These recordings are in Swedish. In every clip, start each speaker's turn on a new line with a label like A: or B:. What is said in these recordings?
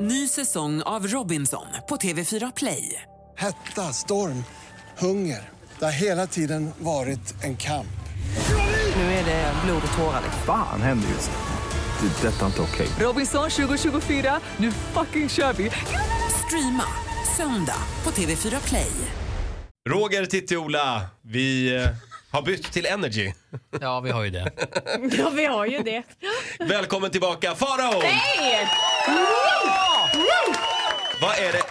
A: Ny säsong av Robinson på TV4 Play.
B: Hetta, storm, hunger. Det har hela tiden varit en kamp.
A: Nu är det blod och tårar. liksom.
C: Fan händer just nu. Det. är Detta är inte okej.
A: Robinson 2024, nu fucking kör vi! Streama söndag på TV4 Play.
D: Roger, Titti, Ola, vi eh, har bytt till Energy.
E: Ja, vi har ju det.
F: Ja, vi har ju det.
D: Välkommen tillbaka, Farao!
F: Hej!
D: Vad är det?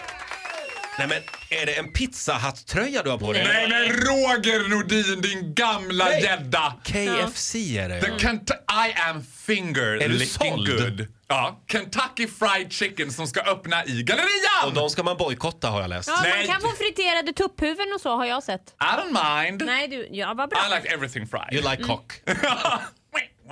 D: Nej men, är det en pizzahatt-tröja du har på dig?
G: Nej men Roger Nordin din gamla
D: Nej.
G: gädda!
D: KFC är det.
G: The Kent- I am finger
D: Mm. Är du
G: licking
D: såld?
G: good. Ja, Kentucky Fried Chicken som ska öppna i Gallerian!
D: Och de ska man bojkotta har jag läst.
F: Ja, man
G: Nej.
F: kan få friterade tupphuvuden och så har jag sett.
G: I don't mind.
F: Nej du, ja vad bra.
G: I like everything fried.
D: You like cock.
G: Ah,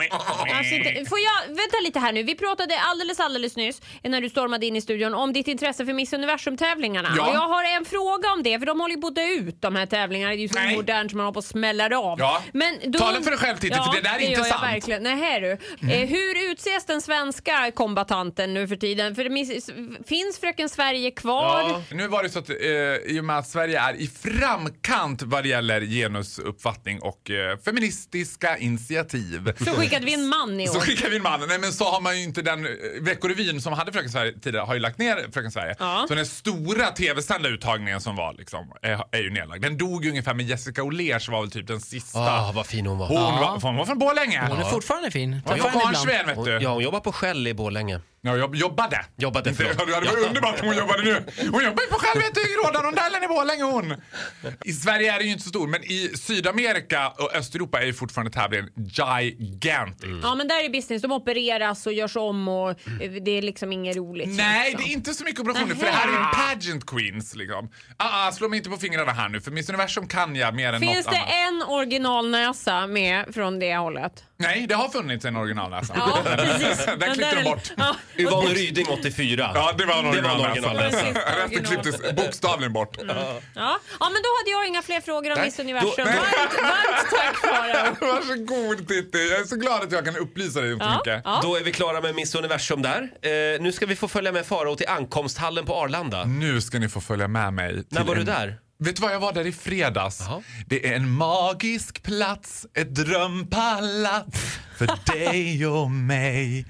F: Alltså inte, får jag, vänta lite här nu. Vi pratade alldeles alldeles nyss när du stormade in i studion om ditt intresse för Miss Universum-tävlingarna.
G: Ja.
F: Och jag har en fråga om det för de håller ju både ut de här tävlingarna. Det är ju så
G: Nej.
F: modernt som man håller på att smälla det av.
G: Ja.
F: Men
G: Tala för dig själv, Titti, för det där är Mm.
F: gör
G: inte
F: jag
G: sant.
F: verkligen. Nej, här du. Eh, hur utses den svenska kombatanten nu för tiden? För det miss, finns Fröken Sverige kvar?
G: Ja. Nu var det så att eh, i och med att Sverige är i framkant vad det gäller genusuppfattning och eh, feministiska initiativ.
F: Så skickade vi en man i
G: Så
F: år.
G: skickar vi en man. Nej men så har man ju inte den eh, Veckorevyn som hade Fröken Sverige tidigare har ju lagt ner Fröken Sverige.
F: Ja.
G: Så den stora tv-sända uttagningen som var liksom är, är ju nedlagd. Den dog ju ungefär med Jessica Olers var väl typ den sista.
D: Ah, vad fin hon var.
G: Hon, var, hon var från Borlänge.
E: Hon är fortfarande fin.
G: Hon är
E: Träffar
G: från
E: henne ibland.
G: Kvarnsveden vet du.
D: Ja, hon jobbar på Shell i Borlänge.
G: Ja, jag jobbade.
D: Jobbade,
G: Inte-
D: förlåt.
G: Ja, Det hade varit underbart om hon jobbade nu. Hon jobbar ju på Skärvete i Rådarondellen i Borlänge hon. I Sverige är det ju inte så stor, men i Sydamerika och Östeuropa är ju fortfarande tävlingen gigantic.
F: Ja men där är business, de opereras och görs om och eh, det är liksom inget roligt.
G: Nej,
F: liksom.
G: det är inte så mycket operationer för det här är ju pageant queens liksom. Ah, ah, slå mig inte på fingrarna här nu för Miss Universum kan jag mer än
F: Finns
G: något
F: det
G: annat.
F: en originalnäsa med från det hållet?
G: Nej, det har funnits en originalnäsa.
F: Ja, precis.
G: Den
F: där
G: klippte de
F: är-
G: bort.
F: Ja,
D: Yvonne Ryding 84.
G: Ja, det var en
D: Det var en
G: originalnäsa.
D: originalnäsa.
G: Resten klipptes bokstavligen bort.
F: Mm. ja. ja men då hade jag inga fler frågor om
G: Nej,
F: Miss Universum.
D: då-
F: varmt, varmt tack Farao.
G: Varsågod Titti, jag är så glad att jag kan upplysa dig så
F: Ja,
G: mycket.
F: ja.
D: Då är vi klara med Miss Universum där. Eh, nu ska vi få följa med Farao till ankomsthallen på Arlanda.
G: Nu ska ni få följa med mig. Mm. till
D: När var
G: en...
D: du där?
G: Vet du vad, jag var där i fredags.
D: Jaha.
G: Det är en magisk plats, ett drömpalats för dig och mig.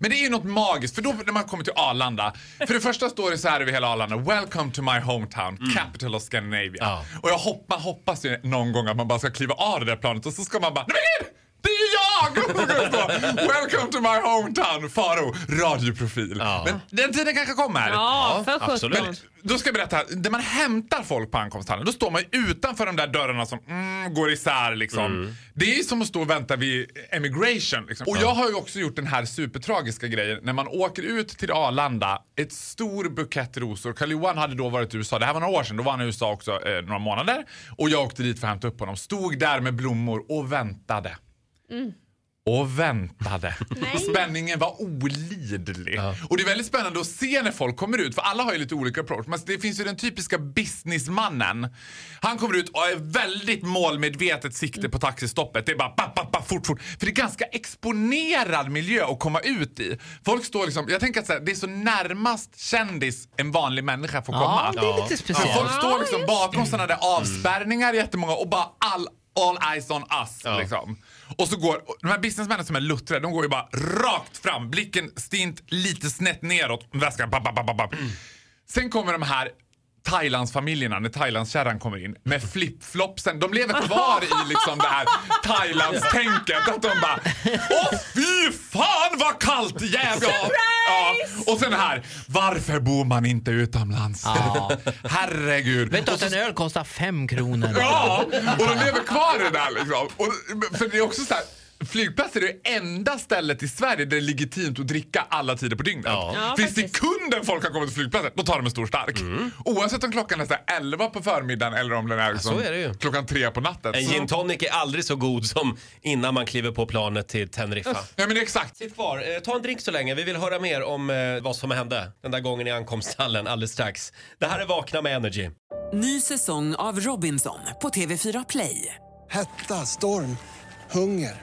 G: Men det är ju något magiskt, för då när man kommer till Arlanda. För det första står det så här över hela Arlanda. Welcome to my hometown, capital of Scandinavia.
D: Mm. Ja.
G: Och jag hoppas, hoppas ju någon gång att man bara ska kliva av det där planet och så ska man bara Nej, men gud! Det är jag! Och så går det så, Welcome to my hometown, Faro, radioprofil.
D: Ja.
G: Men den tiden kanske kommer.
F: Ja, för
D: absolut.
F: sjutton.
G: Då ska jag berätta, när man hämtar folk på ankomsthallen då står man ju utanför de där dörrarna som mm, går isär liksom. Det är ju som att stå och vänta vid emigration. Liksom. Och jag har ju också gjort den här supertragiska grejen när man åker ut till Arlanda, ett stor bukett rosor. karl johan hade då varit i USA, det här var några år sedan, då var han i USA också eh, några månader. Och jag åkte dit för att hämta upp honom, stod där med blommor och väntade. Och väntade.
F: Nej.
G: Och Spänningen var olidlig. Och det är väldigt spännande att se när folk kommer ut, för alla har ju lite olika approach. Men det finns ju den typiska businessmannen. Han kommer ut och är väldigt målmedvetet sikte på taxistoppet. Det är bara papp, papp, papp, fort, fort. För det är ganska exponerad miljö att komma ut i. Folk står liksom, jag tänker att så här, det är så närmast kändis en vanlig människa får komma.
E: Ja, det är lite
G: Så
E: speciellt.
G: folk står liksom bakom sådana där avspärrningar jättemånga och bara all, all eyes on us. Liksom. Och så går, de här businessmännen som är luttrade, de går ju bara rakt fram. Blicken stint, lite snett neråt. Väskan, bap, bap, bap, bap, bap. Sen kommer de här Thailandsfamiljerna när Thailandskärran kommer in med flipflopsen. De lever kvar i liksom det här Thailandstänket. Att de bara Åh fy fan vad kallt! Jävlar! Ja. Och sen det här, varför bor man inte utomlands? Herregud.
E: Vet du
G: Och
E: att en öl kostar fem kronor?
G: Ja, och de lever kvar i det där liksom. Och, för det är också så här, flygplatser är det enda stället i Sverige där det är legitimt att dricka alla tider på dygnet.
D: Ja.
F: Ja,
G: Finns det
F: faktiskt.
G: kunden folk har kommit till flygplatsen, då tar de en stor stark.
D: Mm.
G: Oavsett om klockan är så här 11 på förmiddagen eller om den är, liksom,
D: så är det ju.
G: klockan 3 på natten.
D: En
G: Så-
D: gin tonic är aldrig så god som innan man kliver på planet till Teneriffa.
G: Ja men det är exakt.
D: Sitt kvar, eh, ta en drink så länge. Vi vill höra mer om eh, vad som hände den där gången i ankomsthallen alldeles strax. Det här är Vakna med Energy.
A: Ny säsong av Robinson på TV4 Play.
B: Hetta, storm, hunger.